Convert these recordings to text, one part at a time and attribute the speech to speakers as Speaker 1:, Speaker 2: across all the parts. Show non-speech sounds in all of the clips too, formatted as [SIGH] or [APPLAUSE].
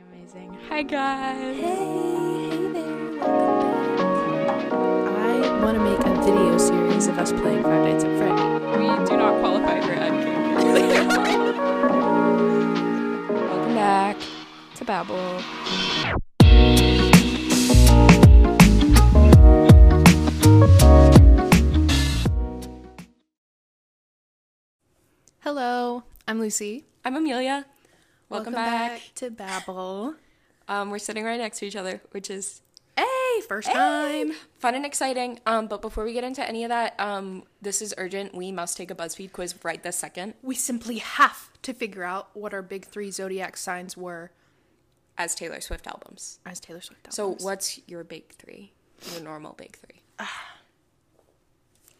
Speaker 1: Amazing. Hi, guys.
Speaker 2: I want to make a video series of us playing Five Nights at Freddy's.
Speaker 1: We do not qualify for ad Welcome back to Babel.
Speaker 2: Hello, I'm Lucy.
Speaker 1: I'm Amelia. Welcome, back.
Speaker 2: to Babel.
Speaker 1: Um, we're sitting right next to each other, which is
Speaker 2: Hey, first time.
Speaker 1: fun and exciting. Um, but before we get into any of that, um, this is urgent. We must take a BuzzFeed quiz right this second
Speaker 2: We simply have to figure out what our big three zodiac signs were
Speaker 1: as Taylor Swift albums.
Speaker 2: as Taylor Swift.
Speaker 1: So,
Speaker 2: albums.
Speaker 1: what's your big three? Your normal big three?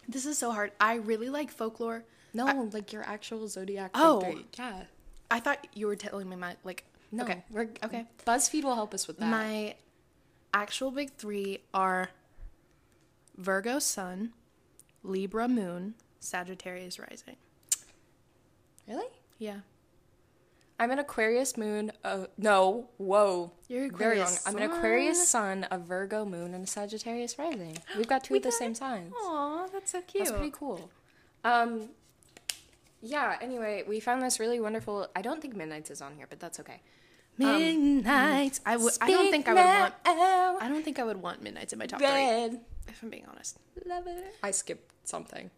Speaker 2: this is so hard. I really like folklore.
Speaker 1: No, like your actual zodiac. big
Speaker 2: Oh.
Speaker 1: three. yeah.
Speaker 2: I thought you were telling me my like.
Speaker 1: No,
Speaker 2: okay,
Speaker 1: we're
Speaker 2: okay.
Speaker 1: BuzzFeed will help us with that.
Speaker 2: My actual big three are Virgo Sun, Libra Moon, Sagittarius Rising.
Speaker 1: really?
Speaker 2: Yeah.
Speaker 1: I'm an Aquarius moon. Uh, no, whoa.
Speaker 2: You're
Speaker 1: Very wrong.
Speaker 2: Aquarius
Speaker 1: I'm an Aquarius sun, a Virgo moon, and a Sagittarius rising. We've got two of the same signs.
Speaker 2: Aw, that's so cute.
Speaker 1: That's pretty cool. Um, yeah. Anyway, we found this really wonderful. I don't think Midnight's is on here, but that's okay.
Speaker 2: Midnight. Um, I would. I don't think I would want. I don't think I would want midnights in my top three.
Speaker 1: Red.
Speaker 2: If I'm being honest,
Speaker 1: Love it. I skipped something.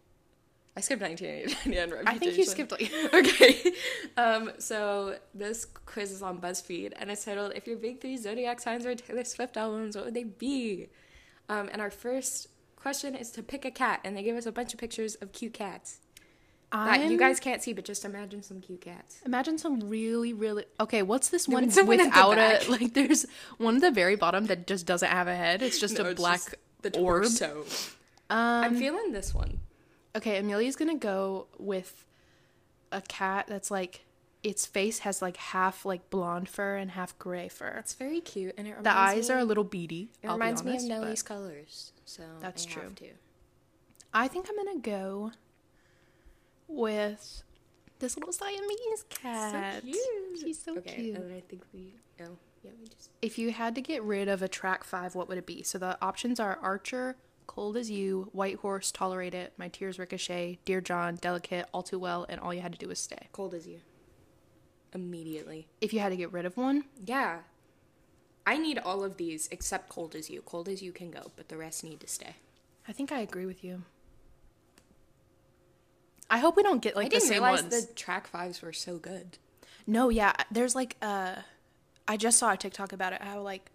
Speaker 1: I skipped 1980 and
Speaker 2: I think you
Speaker 1: Reputation.
Speaker 2: skipped like.
Speaker 1: [LAUGHS] okay. Um, so this quiz is on BuzzFeed, and it's titled "If your big three zodiac signs were Taylor Swift albums, what would they be?" Um, and our first question is to pick a cat, and they gave us a bunch of pictures of cute cats that you
Speaker 2: I'm-
Speaker 1: guys can't see, but just imagine some cute cats.
Speaker 2: Imagine some really, really okay. What's this one
Speaker 1: it's someone at the
Speaker 2: without a
Speaker 1: back.
Speaker 2: [LAUGHS] like? There's one at the very bottom that just doesn't have a head. It's just a black orb.
Speaker 1: I'm feeling this one.
Speaker 2: Okay, Amelia's gonna go with a cat that's like its face has like half like blonde fur and half gray fur.
Speaker 1: It's very cute, and it reminds
Speaker 2: The eyes
Speaker 1: me,
Speaker 2: are a little beady.
Speaker 1: It
Speaker 2: I'll be
Speaker 1: reminds
Speaker 2: honest,
Speaker 1: me of
Speaker 2: but
Speaker 1: Nelly's colors, so
Speaker 2: That's
Speaker 1: I
Speaker 2: true.
Speaker 1: Have to.
Speaker 2: I think I'm gonna go with this little Siamese cat.
Speaker 1: So cute.
Speaker 2: She's so
Speaker 1: okay, uh,
Speaker 2: cute.
Speaker 1: and I think we. Oh, yeah, we just.
Speaker 2: If you had to get rid of a track five, what would it be? So the options are Archer, Cold as You, White Horse, Tolerate It, My Tears Ricochet, Dear John, Delicate, All Too Well, and All You Had to Do Was Stay.
Speaker 1: Cold as you. Immediately.
Speaker 2: If you had to get rid of one,
Speaker 1: Yeah. I need all of these except cold as you. Cold as you can go, but the rest need to stay.
Speaker 2: I think I agree with you. I hope we don't get like
Speaker 1: I
Speaker 2: the
Speaker 1: didn't
Speaker 2: same
Speaker 1: realize
Speaker 2: ones.
Speaker 1: the track fives were so good.
Speaker 2: No, yeah, there's like uh I just saw a TikTok about it how like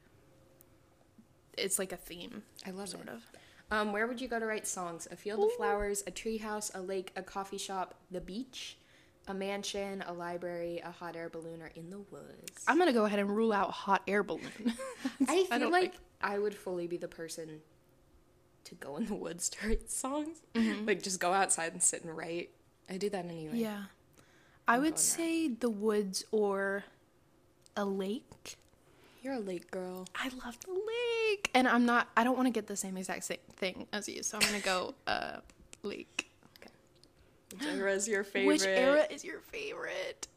Speaker 2: it's like a theme
Speaker 1: I love
Speaker 2: sort
Speaker 1: it.
Speaker 2: of.
Speaker 1: Um, where would you go to write songs? A field of flowers, a treehouse, a lake, a coffee shop, the beach, a mansion, a library, a hot air balloon, or in the woods.
Speaker 2: I'm gonna go ahead and rule out hot air balloon.
Speaker 1: I feel
Speaker 2: don't
Speaker 1: like
Speaker 2: think-
Speaker 1: I would fully be the person to go in the woods to write songs. Like just go outside and sit and write. I do that anyway.
Speaker 2: [LAUGHS] yeah. I would say the woods or a lake.
Speaker 1: You're a late [GASPS] girl.
Speaker 2: I love the lake. And I'm not I don't want to get the same exact same thing as you, so I'm gonna go uh lake.
Speaker 1: Which era is your favorite?
Speaker 2: Which era is your favorite?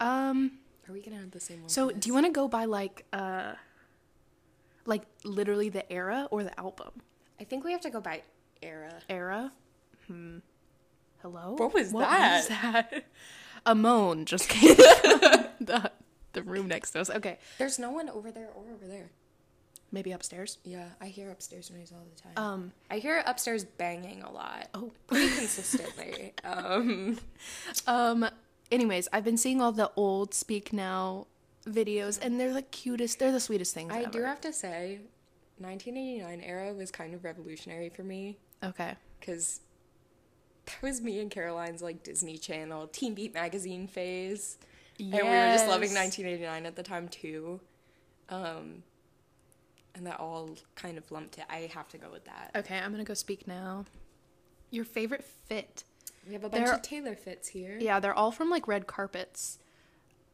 Speaker 2: Um
Speaker 1: Are we gonna have the same one?
Speaker 2: So, do you want to go by like uh like literally the era or the album?
Speaker 1: I think we have to go by era.
Speaker 2: Era? Hmm. Hello?
Speaker 1: What was
Speaker 2: was that? [LAUGHS] A moan just came [LAUGHS] from the, the room next to us. Okay.
Speaker 1: There's no one over there or over there.
Speaker 2: Maybe upstairs.
Speaker 1: Yeah, I hear upstairs noise all the time.
Speaker 2: Um
Speaker 1: I hear upstairs banging a lot.
Speaker 2: Oh. [LAUGHS]
Speaker 1: [LAUGHS] Pretty consistently. um,
Speaker 2: um anyways, I've been seeing all the old Speak Now videos and they're the cutest, they're the sweetest
Speaker 1: [LAUGHS]
Speaker 2: things
Speaker 1: I do
Speaker 2: ever.
Speaker 1: have to say, 1989 era was kind of revolutionary for me.
Speaker 2: Okay.
Speaker 1: because that was me and Caroline's like Disney Channel Teen Beat magazine phase, and we were just loving
Speaker 2: Yes.
Speaker 1: 1989 at the time too. Um, and that all kind of lumped it. I have to go with that.
Speaker 2: Okay, I'm going to go Speak Now. Your favorite fit?
Speaker 1: We have a bunch
Speaker 2: There-
Speaker 1: of Taylor fits here.
Speaker 2: Yeah, they're all from like red carpets.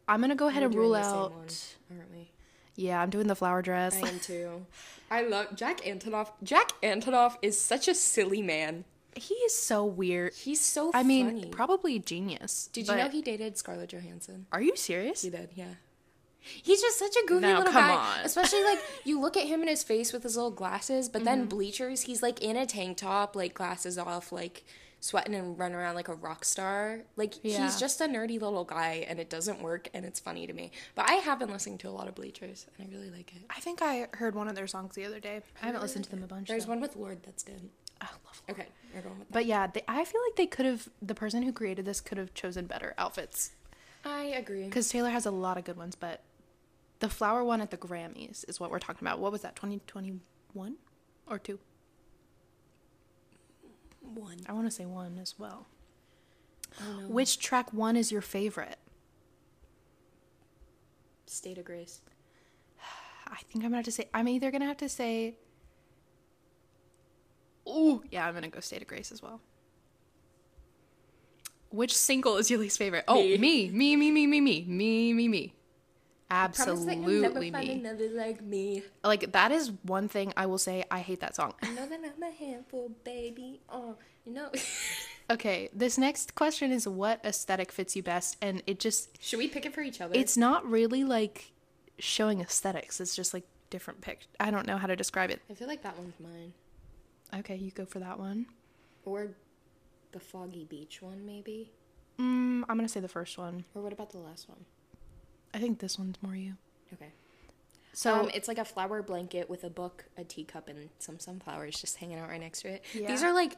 Speaker 2: I'm gonna go ahead
Speaker 1: We're
Speaker 2: and
Speaker 1: doing
Speaker 2: rule
Speaker 1: the same
Speaker 2: out.
Speaker 1: one, aren't
Speaker 2: [LAUGHS]
Speaker 1: we?
Speaker 2: Yeah, I'm doing the flower dress.
Speaker 1: I am too. I love Jack Antonoff. Jack Antonoff is such a silly man.
Speaker 2: he is so weird.
Speaker 1: He's so.
Speaker 2: I mean,
Speaker 1: funny.
Speaker 2: probably genius.
Speaker 1: did you
Speaker 2: but-
Speaker 1: know he dated Scarlett Johansson?
Speaker 2: Are you serious?
Speaker 1: He did. Yeah. He's just such a goofy
Speaker 2: Now,
Speaker 1: little
Speaker 2: come
Speaker 1: guy.
Speaker 2: on.
Speaker 1: Especially [LAUGHS] like you look at him in his face with his little glasses, but then bleachers, he's like in a tank top, like glasses off, like sweating and running around like a rock star. Like
Speaker 2: Yeah.
Speaker 1: he's just a nerdy little guy and it doesn't work and it's funny to me. But I have been listening to a lot of bleachers and I really like it.
Speaker 2: I think I heard one of their songs the other day. I haven't listened to them a bunch.
Speaker 1: There's
Speaker 2: though.
Speaker 1: one with Lord that's good.
Speaker 2: I love them.
Speaker 1: Okay, you're going with that.
Speaker 2: But yeah, they, I feel like they could have. The person who created this could have chosen better outfits
Speaker 1: I agree.
Speaker 2: because Taylor has a lot of good ones. But the flower one at the Grammys is what we're talking about. What was that? Twenty twenty one or two?
Speaker 1: One.
Speaker 2: I want to say one as well.
Speaker 1: Oh no.
Speaker 2: Which track one is your favorite?
Speaker 1: State of Grace.
Speaker 2: I think I'm gonna have to say. I'm either gonna have to say. Oh yeah, I'm gonna go State of Grace as well. Which single is your least favorite? Oh,
Speaker 1: Me.
Speaker 2: me, me, me, me, me, me, me, me, me. Absolutely
Speaker 1: find
Speaker 2: me.
Speaker 1: another like me.
Speaker 2: Like that is one thing I will say. I hate that
Speaker 1: [LAUGHS]
Speaker 2: song.
Speaker 1: I know that I'm a handful, baby.
Speaker 2: Uh,
Speaker 1: Oh, you
Speaker 2: [LAUGHS]
Speaker 1: know.
Speaker 2: Okay, this next question is what aesthetic fits you best, and it just
Speaker 1: Should we pick it for each other?
Speaker 2: it's not really like showing aesthetics. It's just like different pic. I don't know how to describe it.
Speaker 1: I feel like that one's mine.
Speaker 2: Okay, you go for that one.
Speaker 1: Or the foggy beach one, maybe.
Speaker 2: Mm, I'm gonna say the first one.
Speaker 1: Or what about the last one?
Speaker 2: I think this one's more you.
Speaker 1: Okay.
Speaker 2: So
Speaker 1: um, it's like a flower blanket with a book, a teacup, and some sunflowers just hanging out right next to it. These
Speaker 2: Yeah.
Speaker 1: are like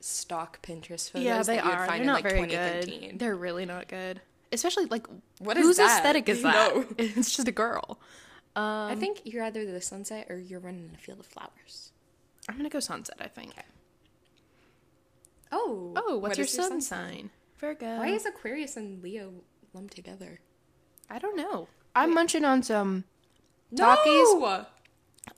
Speaker 1: stock Pinterest photos.
Speaker 2: yeah, they
Speaker 1: that you would
Speaker 2: are.
Speaker 1: Find
Speaker 2: They're
Speaker 1: in,
Speaker 2: not
Speaker 1: like,
Speaker 2: very good.
Speaker 1: 2013.
Speaker 2: They're really not good. Especially like
Speaker 1: What is
Speaker 2: whose
Speaker 1: that? [LAUGHS]
Speaker 2: aesthetic is that?
Speaker 1: No.
Speaker 2: [LAUGHS] It's just a girl. Um,
Speaker 1: I think you're either the sunset or you're running in a field of flowers.
Speaker 2: I'm gonna go sunset. I think.
Speaker 1: Oh.
Speaker 2: Oh, what's
Speaker 1: what
Speaker 2: your
Speaker 1: is
Speaker 2: sun, sign? Virgo.
Speaker 1: Why is Aquarius and Leo lumped together?
Speaker 2: I don't know. I'm munching on some. Talkies.
Speaker 1: No!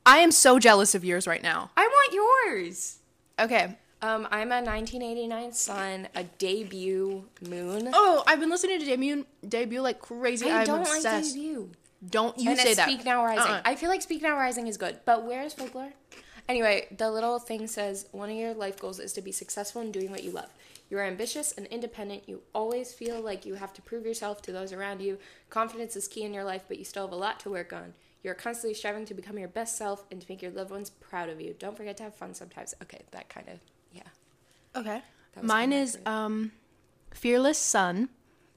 Speaker 2: I am so jealous of yours right now.
Speaker 1: I want yours.
Speaker 2: Okay.
Speaker 1: Um, I'm a 1989 sun, a debut moon.
Speaker 2: Oh, I've been listening to debut debut like crazy.
Speaker 1: I
Speaker 2: am
Speaker 1: don't like
Speaker 2: obsessed.
Speaker 1: debut.
Speaker 2: Don't you
Speaker 1: and
Speaker 2: say
Speaker 1: it's
Speaker 2: that?
Speaker 1: Speak Now Rising.
Speaker 2: Uh-uh.
Speaker 1: I feel like Speak Now Rising is good, but where is folklore? Anyway, the little thing says one of your life goals is to be successful in doing what you love. You are ambitious and independent. You always feel like you have to prove yourself to those around you. Confidence is key in your life, but you still have a lot to work on. You're constantly striving to become your best self and to make your loved ones proud of you. Don't forget to have fun sometimes. Okay, that kind of, yeah.
Speaker 2: Okay.
Speaker 1: That was
Speaker 2: Mine
Speaker 1: kinda
Speaker 2: is
Speaker 1: accurate.
Speaker 2: um, Fearless Sun,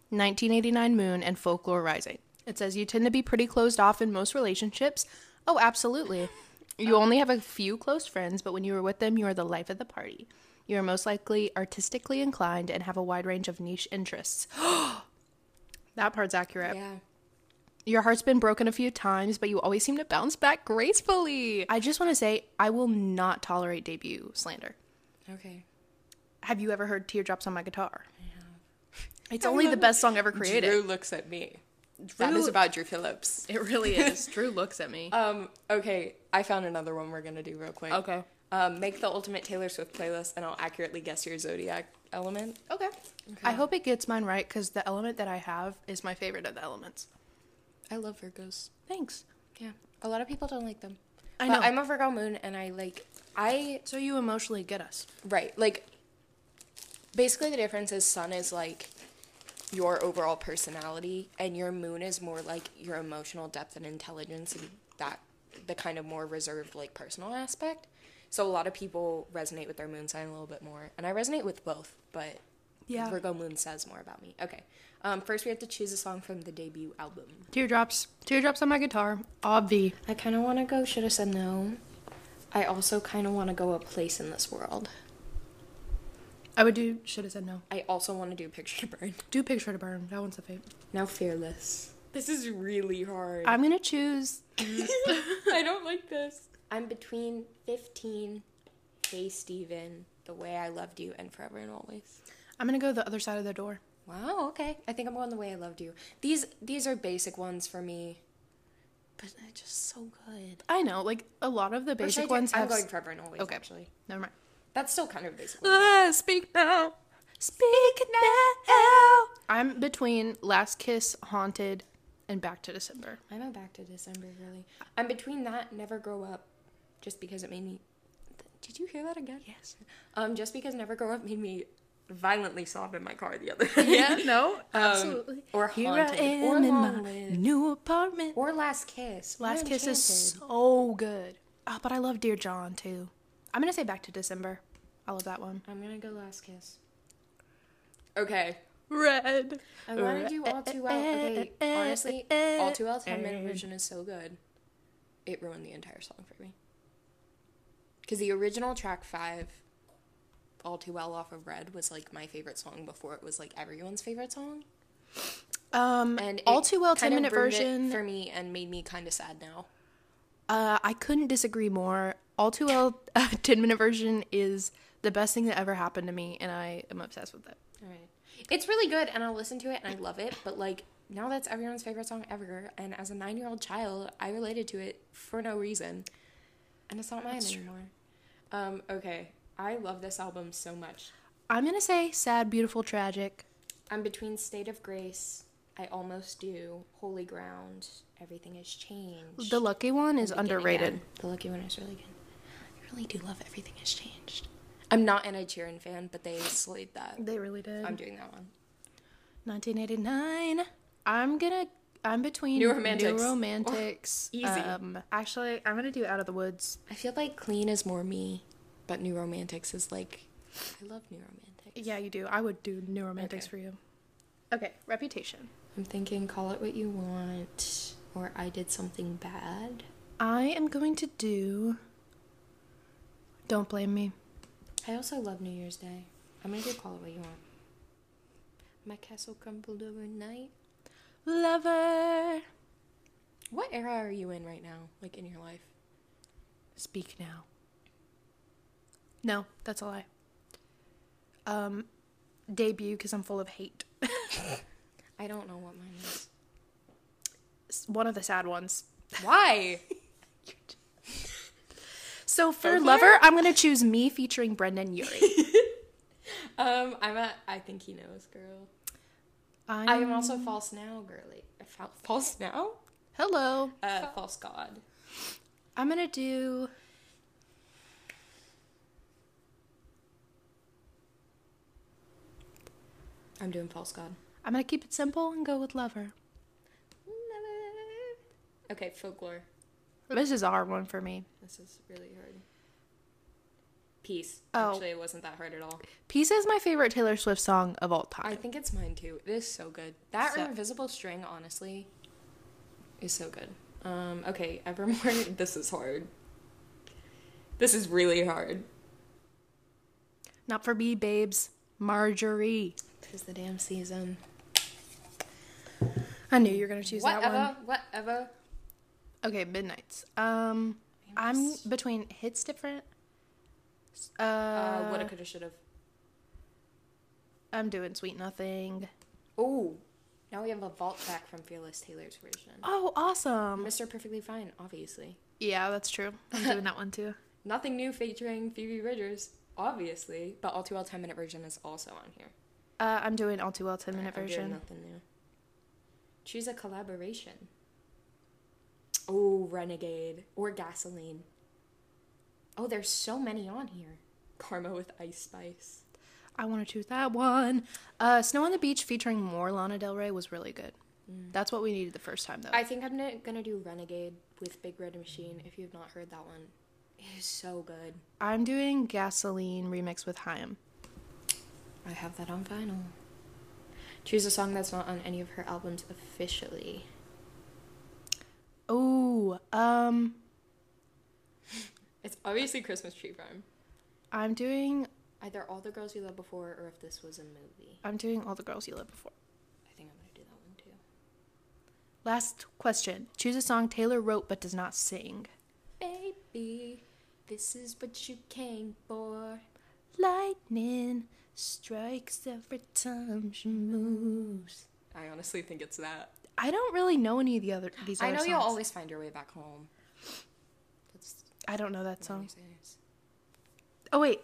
Speaker 2: 1989 Moon, and Folklore Rising. It says you tend to be pretty closed off in most relationships. Oh, absolutely. You
Speaker 1: Um,
Speaker 2: only have a few close friends, but when you are with them, you are the life of the party. You are most likely artistically inclined and have a wide range of niche interests. [GASPS] that part's accurate.
Speaker 1: Yeah.
Speaker 2: Your heart's been broken a few times, but you always seem to bounce back gracefully. I just want to say, I will not tolerate debut slander.
Speaker 1: Okay.
Speaker 2: Have you ever heard Teardrops on My Guitar? It's only the best song ever created.
Speaker 1: Drew looks at me. That
Speaker 2: Drew-
Speaker 1: is about Drew Phillips.
Speaker 2: It really is. Drew looks at [LAUGHS] me.
Speaker 1: Um, okay, I found another one we're gonna do real quick.
Speaker 2: Okay.
Speaker 1: Um, make the ultimate Taylor Swift playlist and I'll accurately guess your zodiac element.
Speaker 2: okay. I hope it gets mine right because the element that I have is my favorite of the elements.
Speaker 1: I love Virgos.
Speaker 2: Thanks.
Speaker 1: Yeah. A lot of people don't like them.
Speaker 2: I
Speaker 1: But
Speaker 2: know.
Speaker 1: I'm a Virgo moon and I like I
Speaker 2: So you emotionally get us.
Speaker 1: right, like basically the difference is sun is like your overall personality and your moon is more like your emotional depth and intelligence and that the kind of more reserved like personal aspect so a lot of people resonate with their moon sign a little bit more and i resonate with both but
Speaker 2: Yeah.
Speaker 1: virgo moon says more about me okay um, first we have to choose a song from the debut album
Speaker 2: Teardrops. Teardrops on my guitar. Ah, Obvi.
Speaker 1: i kind of want to go should have said no i also kind of want to go a place in this world
Speaker 2: I would do. Should have said no.
Speaker 1: i also want to do picture to burn
Speaker 2: Do picture to burn. That one's a fave.
Speaker 1: now fearless this is really hard [LAUGHS]
Speaker 2: I'm gonna choose.
Speaker 1: I don't like this. I'm between 15, Hey Steven, The Way I Loved You, and Forever and Always.
Speaker 2: I'm gonna go the other side of the door.
Speaker 1: Wow, okay. I think I'm going The Way I Loved You. These these are basic ones for me, but they're just so good.
Speaker 2: I know. Like a lot of the
Speaker 1: Or should I
Speaker 2: basic
Speaker 1: do-
Speaker 2: ones
Speaker 1: I'm
Speaker 2: have.
Speaker 1: going Forever and Always,
Speaker 2: Okay.
Speaker 1: actually.
Speaker 2: Never mind.
Speaker 1: That's still kind of a basic. one.
Speaker 2: Ah, speak now. Speak now. I'm between Last Kiss, Haunted, and Back to December.
Speaker 1: I'm a back to December, really. I'm between that, Never Grow Up, just because it made me... Did you hear that again?
Speaker 2: Yes.
Speaker 1: Um, just because Never Grow Up made me violently sobbed in my car the
Speaker 2: [LAUGHS]
Speaker 1: other day.
Speaker 2: Yeah, no,
Speaker 1: Um,
Speaker 2: absolutely.
Speaker 1: or
Speaker 2: Here
Speaker 1: Haunted,
Speaker 2: I am
Speaker 1: or
Speaker 2: in my
Speaker 1: Long-Lived.
Speaker 2: new apartment.
Speaker 1: Or Last Kiss. or
Speaker 2: Last Kiss is
Speaker 1: Enchanted.
Speaker 2: so good. Oh, but I love Dear John too. I'm gonna say Back to December. I love that one.
Speaker 1: I'm gonna go Last Kiss. Okay.
Speaker 2: Red.
Speaker 1: I want to do All Too Well. Okay, honestly, All Too Well's handmade version is so good. It ruined the entire song for me. Because the original track five, All Too Well off of Red, was like my favorite song before it was like everyone's favorite song.
Speaker 2: Um,
Speaker 1: And
Speaker 2: All
Speaker 1: it
Speaker 2: Too Well
Speaker 1: kind
Speaker 2: 10
Speaker 1: of
Speaker 2: minute
Speaker 1: ruined it
Speaker 2: version.
Speaker 1: for me and made me kind of sad now.
Speaker 2: Uh, I couldn't disagree more. All Too Well [LAUGHS] uh, 10 minute version is the best thing that ever happened to me, and I am obsessed with it.
Speaker 1: All right. It's really good, and I'll listen to it, and I love it. But like now, that's everyone's favorite song ever. And as a nine-year-old child, I related to it for no reason, and it's not mine anymore. Um. Okay. I love this album so much.
Speaker 2: I'm gonna say Sad, Beautiful, Tragic.
Speaker 1: I'm between State of Grace, I Almost Do, Holy Ground, Everything Has Changed.
Speaker 2: The Lucky One is
Speaker 1: Begin Again.
Speaker 2: underrated.
Speaker 1: The Lucky One is really good. I really do love Everything Has Changed. I'm not an Ed Sheeran fan, but they slayed that.
Speaker 2: They really did.
Speaker 1: I'm doing that one.
Speaker 2: 1989. I'm gonna. I'm between
Speaker 1: New Romantics. Oh,
Speaker 2: New Romantics.
Speaker 1: easy.
Speaker 2: Um, actually, I'm gonna do Out of the Woods.
Speaker 1: I feel like clean is more me, but new romantics is like I love new romantics.
Speaker 2: Yeah, you do. I would do New Romantics
Speaker 1: Okay.
Speaker 2: for you. Okay, Reputation.
Speaker 1: I'm thinking call it what you want or I did something bad.
Speaker 2: I am going to do. Don't blame me.
Speaker 1: I also love New Year's Day. I'm gonna do call it what you want. My castle crumbled overnight.
Speaker 2: Lover.
Speaker 1: What era are you in right now, like in your life?
Speaker 2: Speak now. No, that's a lie. Um, debut because I'm full of hate.
Speaker 1: I don't know what mine is.
Speaker 2: It's one of the sad ones.
Speaker 1: [LAUGHS] Why?
Speaker 2: So for
Speaker 1: Burglar?
Speaker 2: Lover, I'm gonna choose me featuring Brendan Urie.
Speaker 1: um, I'm at I think he knows, girl.
Speaker 2: I'm,
Speaker 1: I am also false now, girly. Fal- False now?
Speaker 2: hello.
Speaker 1: Uh, false god.
Speaker 2: I'm gonna do.
Speaker 1: I'm doing false god.
Speaker 2: I'm gonna keep it simple and go with Lover.
Speaker 1: Okay, folklore.
Speaker 2: This is our one for me.
Speaker 1: This is really hard. Peace.
Speaker 2: Oh.
Speaker 1: Actually, it wasn't that hard at all.
Speaker 2: Peace is my favorite Taylor Swift song of all time.
Speaker 1: I think it's mine too. It is so good. That
Speaker 2: So-
Speaker 1: invisible string, honestly, is so good. Um, okay, Evermore. [LAUGHS] this is hard. This is really hard.
Speaker 2: Not for me, babes. Marjorie.
Speaker 1: Tis the damn season.
Speaker 2: I knew you were gonna choose that one.
Speaker 1: Whatever. Whatever.
Speaker 2: Okay, Midnight's. Um, I'm between hits different. S- Uh,
Speaker 1: Uh, woulda, coulda, shoulda.
Speaker 2: I'm doing Sweet Nothing.
Speaker 1: Oh, now we have a vault back from Fearless Taylor's version.
Speaker 2: Oh, awesome.
Speaker 1: Mr. Perfectly Fine, obviously.
Speaker 2: Yeah, that's true. [LAUGHS] I'm doing that one too.
Speaker 1: Nothing new featuring Phoebe Bridgers, obviously, but All Too Well 10 minute version is also on here.
Speaker 2: Uh, I'm doing All Too Well 10 minute
Speaker 1: I'm doing
Speaker 2: version.
Speaker 1: Nothing new. Choose a collaboration. Oh, Renegade or Gasoline. Oh, there's so many on here. Karma with Ice Spice.
Speaker 2: I want to choose that one. Uh, Snow on the Beach featuring more Lana Del Rey was really good.
Speaker 1: Mm.
Speaker 2: That's what we needed the first time, though.
Speaker 1: I think I'm gonna- gonna do Renegade with Big Red Machine if you've not heard that one. It is so good.
Speaker 2: I'm doing Gasoline remix with Haim.
Speaker 1: I have that on vinyl. Choose a song that's not on any of her albums officially.
Speaker 2: Oh, um,
Speaker 1: It's obviously Christmas Tree Farm.
Speaker 2: I'm doing
Speaker 1: Either All the Girls You Loved Before or if this was a movie.
Speaker 2: I'm doing All the Girls You Loved Before.
Speaker 1: I think I'm gonna do that one too.
Speaker 2: Last question: Choose a song Taylor wrote but does not sing.
Speaker 1: Baby, this is what you came for.
Speaker 2: Lightning strikes every time she moves.
Speaker 1: I honestly think it's that.
Speaker 2: I don't really know any of the other these.
Speaker 1: I
Speaker 2: other
Speaker 1: know you'll
Speaker 2: songs.
Speaker 1: always find your way back home. That's
Speaker 2: I don't know that
Speaker 1: so.
Speaker 2: song. Oh wait,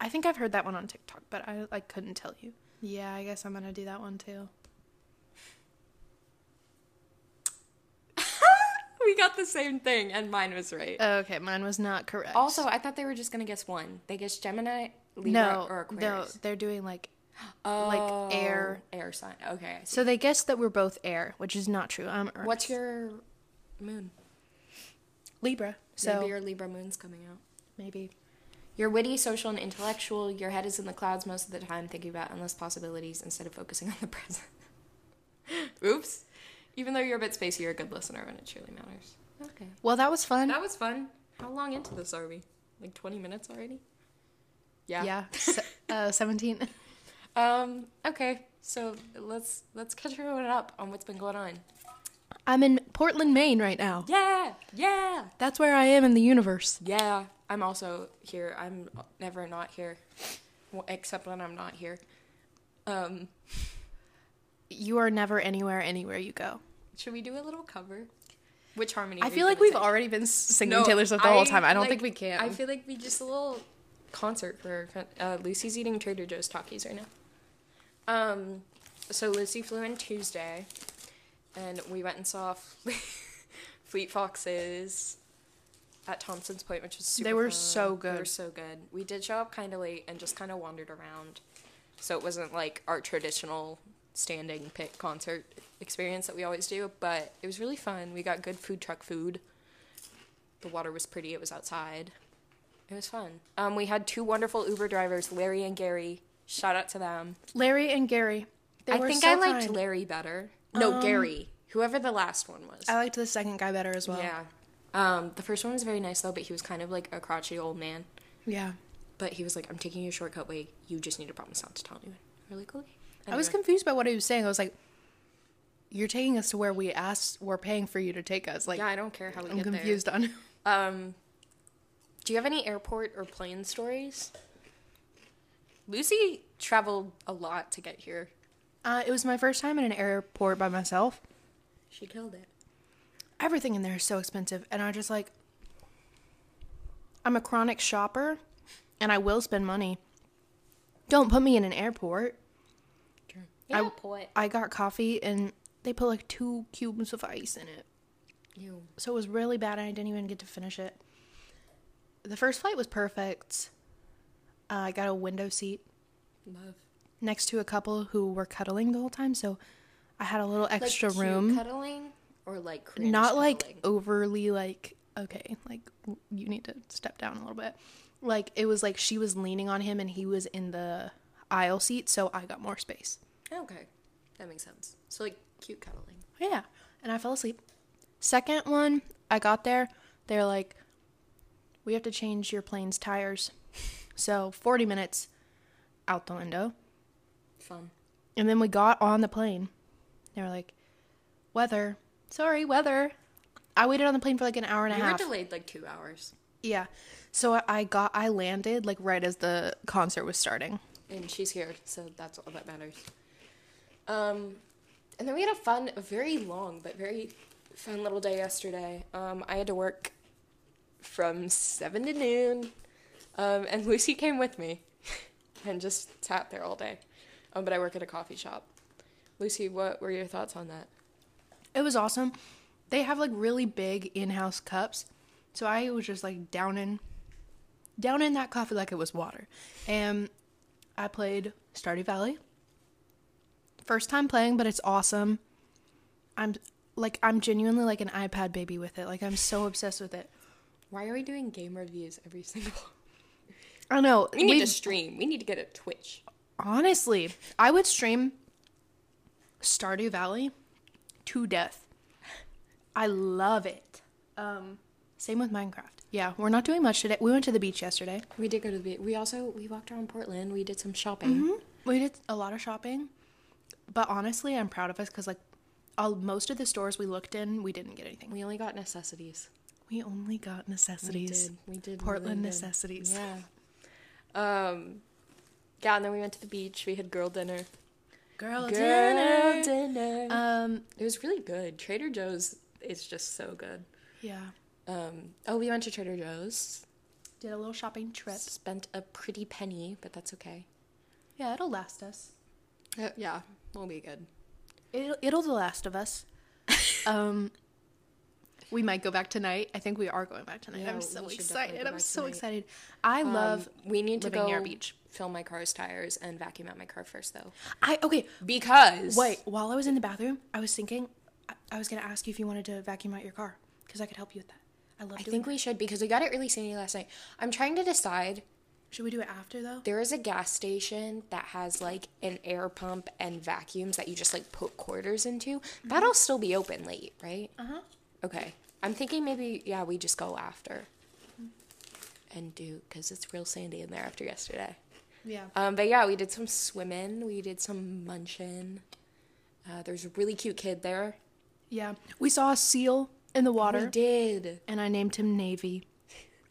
Speaker 2: I think I've heard that one on TikTok, but I like couldn't tell you. Yeah, I guess I'm gonna do that one too.
Speaker 1: [LAUGHS] we got the same thing, and mine was right.
Speaker 2: Okay, mine was not correct.
Speaker 1: also, I thought they were just gonna guess one. They guessed Gemini, Libra
Speaker 2: no,
Speaker 1: or
Speaker 2: no,
Speaker 1: Aquarius?
Speaker 2: they're doing like
Speaker 1: Oh,
Speaker 2: like air.
Speaker 1: Air sign. Okay. I see.
Speaker 2: so they guess that we're both air, which is not true. I'm Earth.
Speaker 1: What's your moon?
Speaker 2: Libra?
Speaker 1: So
Speaker 2: So
Speaker 1: Maybe your Libra moon's coming out.
Speaker 2: maybe.
Speaker 1: You're witty, social, and intellectual. Your head is in the clouds most of the time, thinking about endless possibilities instead of focusing on the [LAUGHS] present. Oops. Even though you're a bit spacey, you're a good listener when it truly matters. Okay.
Speaker 2: Well, that was fun.
Speaker 1: That was fun. How long into this are we? Like 20 minutes already? Yeah. [LAUGHS]
Speaker 2: yeah. Se- uh, Seventeen.
Speaker 1: Um, okay. So let's let's catch everyone up on what's been going on.
Speaker 2: I'm in Portland, Maine right now.
Speaker 1: Yeah. Yeah.
Speaker 2: That's where I am in the universe.
Speaker 1: Yeah. I'm also here. I'm never not here. Well, except when I'm not here. Um,
Speaker 2: You are never anywhere, anywhere you go.
Speaker 1: should we do a little cover? Which harmony?
Speaker 2: I
Speaker 1: are you
Speaker 2: feel like
Speaker 1: gonna
Speaker 2: we've
Speaker 1: sing?
Speaker 2: already been singing
Speaker 1: No,
Speaker 2: Taylor Swift the whole
Speaker 1: I,
Speaker 2: time. I don't
Speaker 1: like-
Speaker 2: think we can.
Speaker 1: I feel like we just a little concert for uh, Lucy's eating Trader Joe's Takis right now. Um, so Lucy flew in Tuesday, and we went and saw [LAUGHS] Fle- Fleet Foxes at Thompson's Point, which was super.
Speaker 2: They were
Speaker 1: fun.
Speaker 2: so
Speaker 1: They were
Speaker 2: good.
Speaker 1: so good. We did show up kind of late and just kind of wandered around, so it wasn't like our traditional standing pit concert experience that we always do. But it was really fun. We got good food truck food. The water was pretty. It was outside. It was fun. Um, we had two wonderful Uber drivers, Larry and Gary. Shout out to them.
Speaker 2: Larry and Gary. They
Speaker 1: I
Speaker 2: were
Speaker 1: think
Speaker 2: so
Speaker 1: I liked
Speaker 2: kind. Um,
Speaker 1: Larry better. No, Gary. Whoever the last one was.
Speaker 2: I liked the second guy better as well.
Speaker 1: yeah. Um, the first one was very nice though, but he was kind of like a crotchety old man.
Speaker 2: Yeah.
Speaker 1: But he was like, "I'm taking you a shortcut way. You just need to promise not to tell anyone." We're like, "Okay."
Speaker 2: I was
Speaker 1: Anyway.
Speaker 2: confused by what he was saying. I was like, "You're taking us to where we asked, we're paying for you to take us." Like,
Speaker 1: yeah, I don't care how we
Speaker 2: I'm
Speaker 1: get
Speaker 2: confused on. [LAUGHS]
Speaker 1: there. Um, do you have any airport or plane stories? Lucy traveled a lot to get here.
Speaker 2: Uh, it was my first time in an airport by myself.
Speaker 1: She killed it.
Speaker 2: Everything in there is so expensive, and I just like, I'm a chronic shopper, and I will spend money. Don't put me in an airport. I-
Speaker 1: Airport.
Speaker 2: I got coffee, and they put like two cubes of ice in it.
Speaker 1: You.
Speaker 2: So it was really bad, and I didn't even get to finish it. The first flight was perfect. Uh, I got a window seat
Speaker 1: Love.
Speaker 2: next to a couple who were cuddling the whole time, so I had a little extra room.
Speaker 1: cuddling or like
Speaker 2: Not like overly like okay, like w- you need to step down a little bit. Like it was like she was leaning on him and he was in the aisle seat, so I got more space.
Speaker 1: okay, that makes sense. So like cute cuddling.
Speaker 2: Yeah. And I fell asleep. Second one, I got there. They're like, we have to change your plane's tires. So 40 minutes out the window.
Speaker 1: Fun.
Speaker 2: And then we got on the plane. They were like, weather. Sorry, weather. I waited on the plane for like an hour and a
Speaker 1: You were
Speaker 2: half.
Speaker 1: delayed like two hours,
Speaker 2: yeah. So I- I got, I landed like right as the concert was starting.
Speaker 1: and she's here, so that's all that matters. Um, and then we had a fun, a very long but very fun little day yesterday. Um, I had to work from seven to noon, um, and [LAUGHS] Lucy came with me, and just sat there all day. Um, but I work at a coffee shop. Lucy, what were your thoughts on that?
Speaker 2: It was awesome. They have like really big in-house cups, so I was just like downing, downing that coffee like it was water. And I played Stardew Valley. First time playing, but it's awesome. I'm like I'm genuinely like an iPad baby with it. Like I'm so obsessed with it.
Speaker 1: Why are we doing game reviews every [LAUGHS] single?
Speaker 2: I don't know.
Speaker 1: We need to
Speaker 2: we've-
Speaker 1: stream. We need to get a Twitch.
Speaker 2: honestly, I would stream Stardew Valley to death. I love it. Um, same with Minecraft. Yeah, we're not doing much today. We went to the beach yesterday.
Speaker 1: We did go to the beach. We also we walked around Portland. We did some shopping.
Speaker 2: We did a lot of shopping, but honestly, I'm proud of us because like, all, most of the stores we looked in, we didn't get anything.
Speaker 1: We only got necessities.
Speaker 2: We only got
Speaker 1: We
Speaker 2: necessities.
Speaker 1: did. We did
Speaker 2: Portland
Speaker 1: really good.
Speaker 2: necessities.
Speaker 1: Yeah. Um. Yeah, and then we went to the beach. We had girl dinner.
Speaker 2: Girl,
Speaker 1: dinner.
Speaker 2: Um,
Speaker 1: it was really good. Trader Joe's is just so good.
Speaker 2: yeah.
Speaker 1: Um. Oh, we went to Trader Joe's.
Speaker 2: Did a little shopping trip.
Speaker 1: Spent a pretty penny, but that's okay.
Speaker 2: Yeah, it'll last us.
Speaker 1: Uh, yeah, we'll be good. [LAUGHS]
Speaker 2: It'll, it'll the last of us. um, We might go back tonight. I think we are going back tonight.
Speaker 1: Yeah,
Speaker 2: I'm
Speaker 1: we
Speaker 2: so
Speaker 1: should definitely
Speaker 2: excited.
Speaker 1: go
Speaker 2: I'm
Speaker 1: back
Speaker 2: so
Speaker 1: tonight.
Speaker 2: excited. I love
Speaker 1: Um, we need to
Speaker 2: living
Speaker 1: go
Speaker 2: near a beach.
Speaker 1: fill my car's tires and vacuum out my car first though.
Speaker 2: I okay,
Speaker 1: Because
Speaker 2: wait, while I was in the bathroom, I was thinking I, I was going to ask you if you wanted to vacuum out your car cuz I could help you with that. I love
Speaker 1: I
Speaker 2: doing
Speaker 1: think
Speaker 2: that.
Speaker 1: we should because we got it really sandy last night. I'm trying to decide.
Speaker 2: Should we do it after though?
Speaker 1: There is a gas station that has like an air pump and vacuums that you just like put quarters into. That'll still be open late, right?
Speaker 2: Uh-huh.
Speaker 1: Okay. I'm thinking maybe yeah, we just go after. And do cuz it's real sandy in there after yesterday.
Speaker 2: Yeah.
Speaker 1: Um, but yeah, we did some swimming. We did some munching. Uh, there's a really cute kid there.
Speaker 2: Yeah. We saw a seal in the
Speaker 1: We
Speaker 2: water
Speaker 1: did.
Speaker 2: and I named him Navy.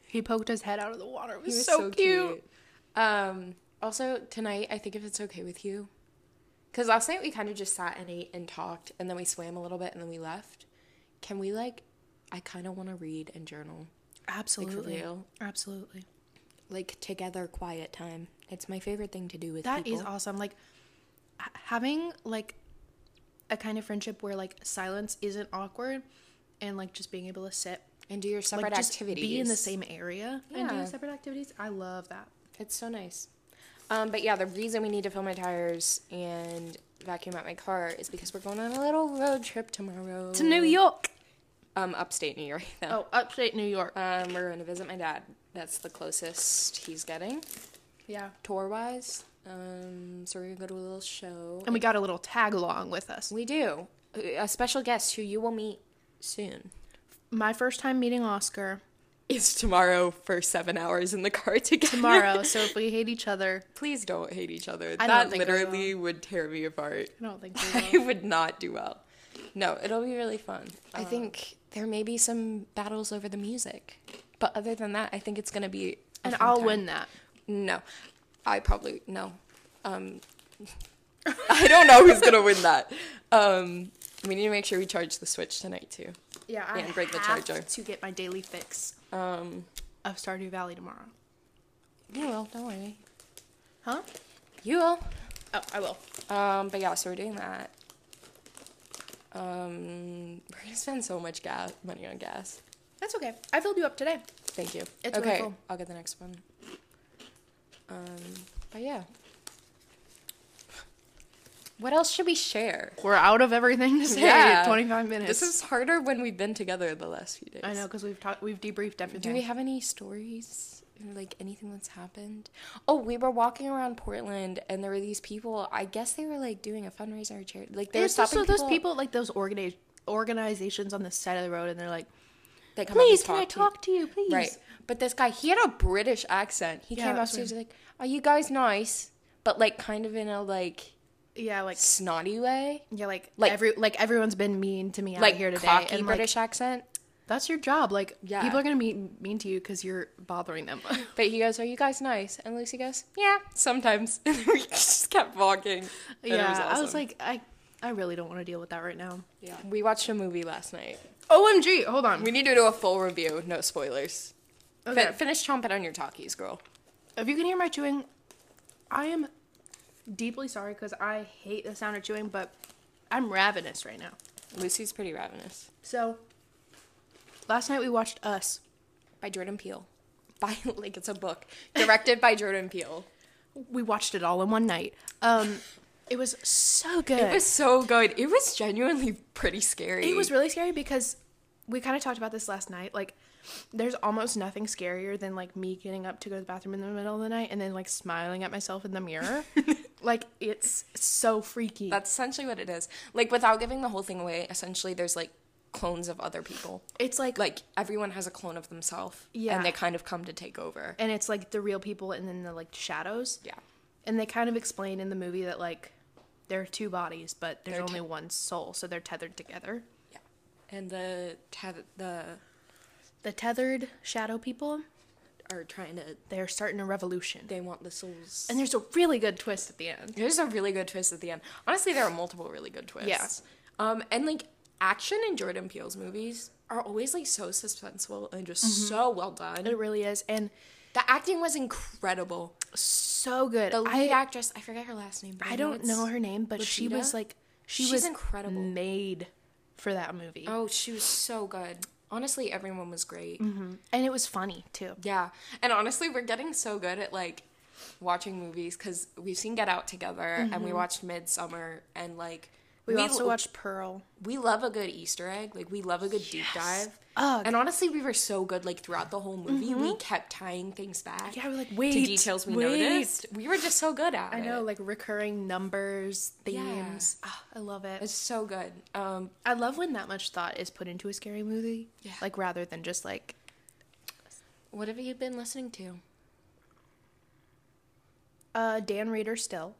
Speaker 2: He poked his head out of the water. It was, so, cute.
Speaker 1: Um, also tonight, I think if it's okay with you, because last night we kind of just sat and ate and talked, and then we swam a little bit, and then we left. Can we like? I kind of want to read and journal,
Speaker 2: Absolutely.
Speaker 1: real.
Speaker 2: Absolutely.
Speaker 1: like together, quiet time. It's my favorite thing to do with
Speaker 2: That is
Speaker 1: people.
Speaker 2: awesome. Like h- having like a kind of friendship where like silence isn't awkward and like just being able to sit
Speaker 1: and do your separate
Speaker 2: like just
Speaker 1: activities.
Speaker 2: be in the same area and
Speaker 1: Yeah.
Speaker 2: do separate activities. I love that.
Speaker 1: It's so nice. Um, but yeah, the reason we need to fill my tires and vacuum out my car is because we're going on a little road trip tomorrow
Speaker 2: To New York.
Speaker 1: Um, upstate New York. [LAUGHS] Though.
Speaker 2: Oh, upstate New York.
Speaker 1: Um, we're going to visit my dad. That's the closest he's getting
Speaker 2: Yeah.
Speaker 1: tour wise. Um, so we're gonna go to a little show.
Speaker 2: And we got a little tag along with us.
Speaker 1: We do a special guest who you will meet soon.
Speaker 2: My first time meeting [LAUGHS] Oscar
Speaker 1: Is tomorrow for seven hours in the car together.
Speaker 2: tomorrow. so if we hate each other,
Speaker 1: [LAUGHS] Please don't hate each other.
Speaker 2: I don't
Speaker 1: that
Speaker 2: think we will.
Speaker 1: literally would tear me apart.
Speaker 2: I don't [LAUGHS] think we
Speaker 1: [LAUGHS]
Speaker 2: will.
Speaker 1: I would not do well. No, it'll be really fun. Uh, I think there may be some battles over the music, but other than that, I think it's gonna be. a
Speaker 2: and
Speaker 1: fun
Speaker 2: I'll
Speaker 1: time.
Speaker 2: win that.
Speaker 1: No, I probably no. Um, [LAUGHS] I don't know who's gonna win that. Um, we need to make sure we charge the switch tonight too.
Speaker 2: Yeah, I
Speaker 1: Yeah, and break the
Speaker 2: have
Speaker 1: charger.
Speaker 2: to get my daily fix
Speaker 1: Um,
Speaker 2: of Stardew Valley tomorrow.
Speaker 1: you will. Don't worry.
Speaker 2: Huh?
Speaker 1: You will.
Speaker 2: Oh, I will.
Speaker 1: Um, but yeah, so we're doing that. Um, we're gonna spend so much gas money on gas.
Speaker 2: That's okay. I filled you up today.
Speaker 1: Thank you.
Speaker 2: It's
Speaker 1: okay.
Speaker 2: really cool.
Speaker 1: I'll get the next one. Um, but yeah. What else should we share?
Speaker 2: We're out of everything [LAUGHS] to say.
Speaker 1: Yeah.
Speaker 2: 25 minutes.
Speaker 1: This is harder when we've been together the last few days.
Speaker 2: I know because we've talked. We've debriefed everything.
Speaker 1: Do we have any stories or like anything that's happened? Oh, we were walking around Portland and there were these people. I guess they were like doing a fundraiser or charity. Like they were
Speaker 2: There's
Speaker 1: stopping
Speaker 2: also
Speaker 1: people,
Speaker 2: those people like those organi- organizations on the side of the road, and they're like,
Speaker 1: that come up and
Speaker 2: "Please, can I
Speaker 1: to you."
Speaker 2: talk to you, please?"
Speaker 1: Right. But this guy, he had a British accent. He
Speaker 2: Yeah,
Speaker 1: came
Speaker 2: that
Speaker 1: up
Speaker 2: was
Speaker 1: to us like, "Are you guys nice?" But like kind of in a like
Speaker 2: Yeah, like
Speaker 1: snotty way,
Speaker 2: yeah, like
Speaker 1: Like-
Speaker 2: like every like everyone's been mean to me out
Speaker 1: like
Speaker 2: here today,
Speaker 1: cocky
Speaker 2: and like,
Speaker 1: British accent.
Speaker 2: that's your job. Like
Speaker 1: Yeah.
Speaker 2: people are gonna be mean to you because you're bothering them. [LAUGHS]
Speaker 1: But he goes, "Are you guys nice?" And Lucy goes, "Yeah, sometimes." [LAUGHS] And we just kept walking. and it
Speaker 2: yeah, I was
Speaker 1: awesome.
Speaker 2: like, I I really don't want to deal with that right now.
Speaker 1: Yeah. We watched a movie last night.
Speaker 2: Omg, hold on.
Speaker 1: We need to do a full review, no spoilers. Fin-
Speaker 2: Okay.
Speaker 1: finish chomping on your talkies, girl.
Speaker 2: If you can hear my chewing, I am deeply sorry because I hate the sound of chewing, but I'm ravenous right now.
Speaker 1: Lucy's Pretty Ravenous
Speaker 2: So last night we watched Us.
Speaker 1: by Jordan Peele. [LAUGHS] By like it's a book directed by Jordan Peele.
Speaker 2: We watched it all in one night. Um, it was so good.
Speaker 1: It was so good. It was genuinely pretty scary.
Speaker 2: It was really scary because we kind of talked about this last night. Like, there's almost nothing scarier than like me getting up to go to the bathroom in the middle of the night and then like smiling at myself in
Speaker 1: [LAUGHS]
Speaker 2: the mirror. like, it's so freaky.
Speaker 1: That's essentially what it is. Like without giving the whole thing away, essentially there's like clones of other people.
Speaker 2: it's like
Speaker 1: Like everyone has a clone of themselves.
Speaker 2: Yeah.
Speaker 1: And they kind of come to take over.
Speaker 2: and it's like the real people and then the like shadows.
Speaker 1: Yeah.
Speaker 2: And they kind of explain in the movie that like there are two bodies, but there's
Speaker 1: They're
Speaker 2: only one soul, so they're tethered together.
Speaker 1: Yeah. And the teth- the
Speaker 2: The tethered shadow people,
Speaker 1: are trying to
Speaker 2: they're starting a revolution.
Speaker 1: they want the souls.
Speaker 2: And there's a really good twist at the end.
Speaker 1: There's a really good twist at the end. Honestly, there are multiple really good twists.
Speaker 2: Yeah.
Speaker 1: Um, and like action in Jordan Peele's movies are always like so suspenseful and just so well done.
Speaker 2: It really is. And
Speaker 1: The acting was incredible.
Speaker 2: so good.
Speaker 1: The lead
Speaker 2: I,
Speaker 1: actress, I forget her last name. But
Speaker 2: I don't
Speaker 1: it's-
Speaker 2: know her name, but she
Speaker 1: Lupita?
Speaker 2: was like she
Speaker 1: She's
Speaker 2: was
Speaker 1: incredible.
Speaker 2: made for that movie.
Speaker 1: Oh, she was so good. honestly, everyone was great.
Speaker 2: And it was funny too.
Speaker 1: Yeah. And honestly, we're getting so good at like watching movies because we've seen Get Out together and we watched Midsummer and like
Speaker 2: Mm-hmm. We, also watched Pearl.
Speaker 1: we love a good Easter egg. Like we love a good deep dive.
Speaker 2: Ugh. Mm-hmm.
Speaker 1: And honestly, we were so good. Like throughout the whole movie, we kept tying things back.
Speaker 2: Yeah, we're like,
Speaker 1: to
Speaker 2: "Wait,
Speaker 1: details we
Speaker 2: wait."
Speaker 1: noticed. We were just so good at
Speaker 2: I
Speaker 1: it.
Speaker 2: know, like recurring numbers,
Speaker 1: Yeah.
Speaker 2: themes. Ah, I love it.
Speaker 1: It's so good. Um,
Speaker 2: I love when that much thought is put into a scary movie.
Speaker 1: Yeah.
Speaker 2: Like rather than just like
Speaker 1: what have you been listening to?
Speaker 2: uh, Dan Reader still.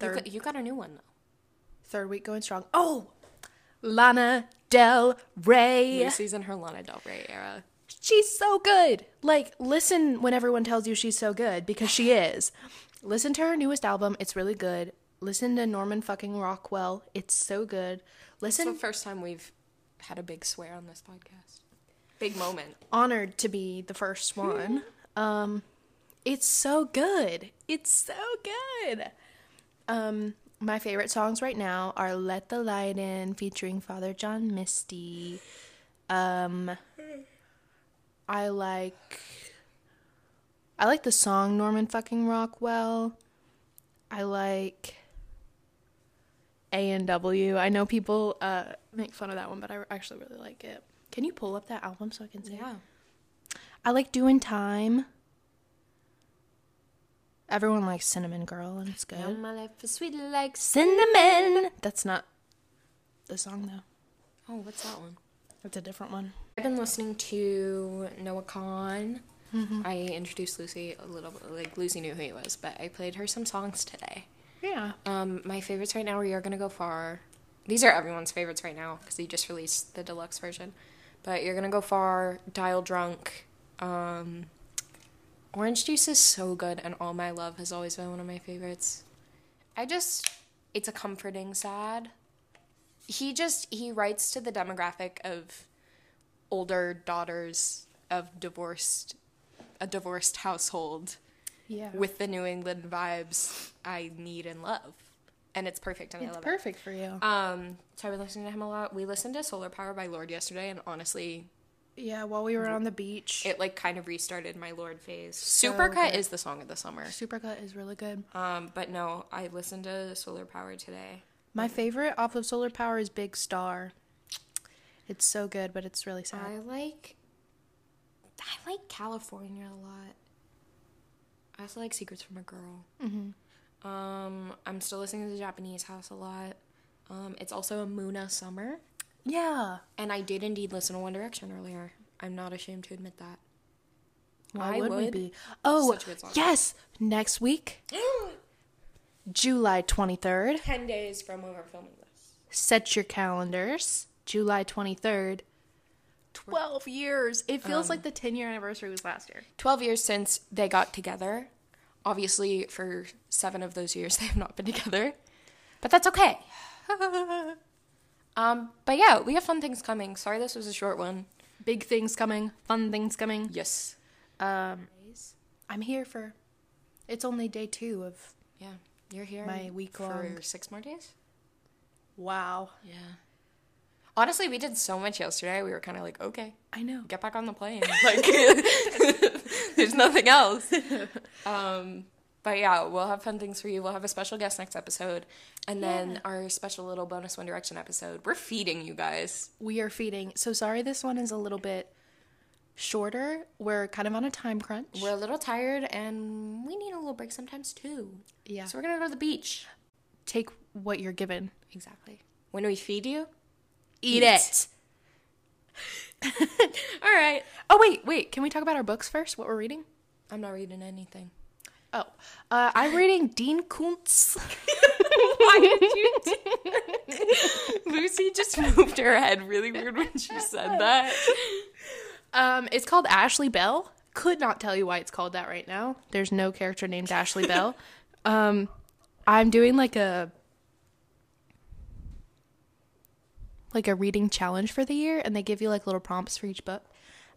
Speaker 1: You e-
Speaker 2: Third
Speaker 1: got, you got a new one though.
Speaker 2: third week going strong. Oh, Lana Del Rey.
Speaker 1: Lucy's in her Lana Del Rey era.
Speaker 2: She's so good. Like, listen when everyone tells you she's so good because she is. Listen to her newest album. It's really good. Listen to Norman fucking Rockwell. It's so good.
Speaker 1: It's the
Speaker 2: Listen,
Speaker 1: first time we've had a big swear on this podcast. Big moment.
Speaker 2: honored to be the first one. um, it's so good. It's so good. Um, my favorite songs right now are "Let the Light In" featuring Father John Misty. Um, I like I like the song Norman fucking Rockwell. I like A and W. I know people uh, make fun of that one, but I actually really like it. Can you pull up that album so I can see? it? I like doing time. Everyone likes Cinnamon Girl, and it's good.
Speaker 1: Now my life is sweet like.
Speaker 2: Cinnamon. That's not the song though.
Speaker 1: Oh, what's that one?
Speaker 2: That's a different one.
Speaker 1: I've been listening to Noah Khan. I introduced Lucy a little bit, like Lucy knew who he was, but I played her some songs today.
Speaker 2: Yeah.
Speaker 1: Um, my favorites right now are You're Gonna Go Far. These are everyone's favorites right now because they just released the deluxe version. But You're Gonna Go Far, Dial Drunk. Um, Orange Juice is so good, and All My Love has always been one of my favorites. I just, it's a comforting sad. He just, he writes to the demographic of older daughters of divorced, a divorced household
Speaker 2: Yeah.
Speaker 1: with the New England vibes I need and love. And it's perfect and I
Speaker 2: it's
Speaker 1: love
Speaker 2: perfect for you.
Speaker 1: it. Um so I've been listening to him a lot. We listened to Solar Power by Lord yesterday and honestly
Speaker 2: yeah. While we were on the beach,
Speaker 1: it like kind of restarted my Lord phase.
Speaker 2: So
Speaker 1: Supercut
Speaker 2: good.
Speaker 1: is the song of the summer.
Speaker 2: Supercut is really good.
Speaker 1: Um but no, I listened to Solar Power today.
Speaker 2: My favorite off of Solar Power is Big Star. It's so good, but it's really sad.
Speaker 1: I like I like California a lot. I also like Secrets from a Girl. Mm-hmm. Um, I'm still listening to the Japanese House a lot. Um, it's also a Muna summer.
Speaker 2: yeah.
Speaker 1: And I did indeed listen to One Direction earlier. I'm not ashamed to admit that.
Speaker 2: Why
Speaker 1: I
Speaker 2: would we
Speaker 1: would.
Speaker 2: be? Oh,
Speaker 1: Such a good song.
Speaker 2: yes. Next week, July twenty third.
Speaker 1: [GASPS] Ten days from when we're filming this.
Speaker 2: Set your calendars. July twenty third. Twelve years. It feels like the ten year anniversary was last year.
Speaker 1: Twelve years since they got together. Obviously, for seven of those years, [LAUGHS] they have not been together, but that's [LAUGHS] okay. um, but yeah, we have fun things coming. Sorry, this was a short one.
Speaker 2: Big things coming. Fun things coming.
Speaker 1: Yes.
Speaker 2: Um, I'm here for. It's only day two of.
Speaker 1: Yeah, you're here.
Speaker 2: My week
Speaker 1: for
Speaker 2: long-
Speaker 1: six more days.
Speaker 2: Wow.
Speaker 1: Yeah. Honestly, we did so much yesterday. We were kind of like, okay.
Speaker 2: I know.
Speaker 1: get back on the plane. [LAUGHS] Like, there's nothing [LAUGHS] else. Um, but yeah, we'll have fun things for you. We'll have a special guest next episode, and then our special little bonus One Direction episode. We're feeding you guys.
Speaker 2: We are feeding. So sorry, this one is a little bit shorter. We're kind of on a time crunch.
Speaker 1: We're a little tired, and we need a little break sometimes too.
Speaker 2: yeah.
Speaker 1: So we're gonna go to the beach.
Speaker 2: Take what you're given.
Speaker 1: Exactly. When we feed [LAUGHS] you.
Speaker 2: Eat,
Speaker 1: it.
Speaker 2: All right. Oh wait, wait. Can we talk about our books first? What we're reading?
Speaker 1: I'm not reading anything.
Speaker 2: Oh, uh, I'm reading Dean Kuntz.
Speaker 1: [LAUGHS] Lucy [LAUGHS] just moved her head [LAUGHS] really weird when she [LAUGHS] said that.
Speaker 2: Um, it's called Ashley Bell. Could not tell you why it's called that right now. There's no character named Ashley [LAUGHS] Bell. Um, I'm doing like a like a reading challenge for the year, and they give you like little prompts for each book.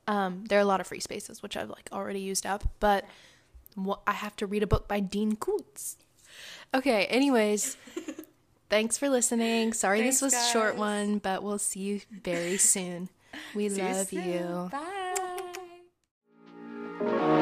Speaker 2: Um, there are a lot of free spaces, which I've like already used up, but wha- I have to read a book by Dean Koontz. Okay. [LAUGHS] Anyways, thanks for listening. Sorry
Speaker 1: Thanks,
Speaker 2: this was a short
Speaker 1: guys.
Speaker 2: one, but we'll see you very soon.
Speaker 1: We
Speaker 2: See you
Speaker 1: love
Speaker 2: soon.
Speaker 1: you.
Speaker 2: Bye.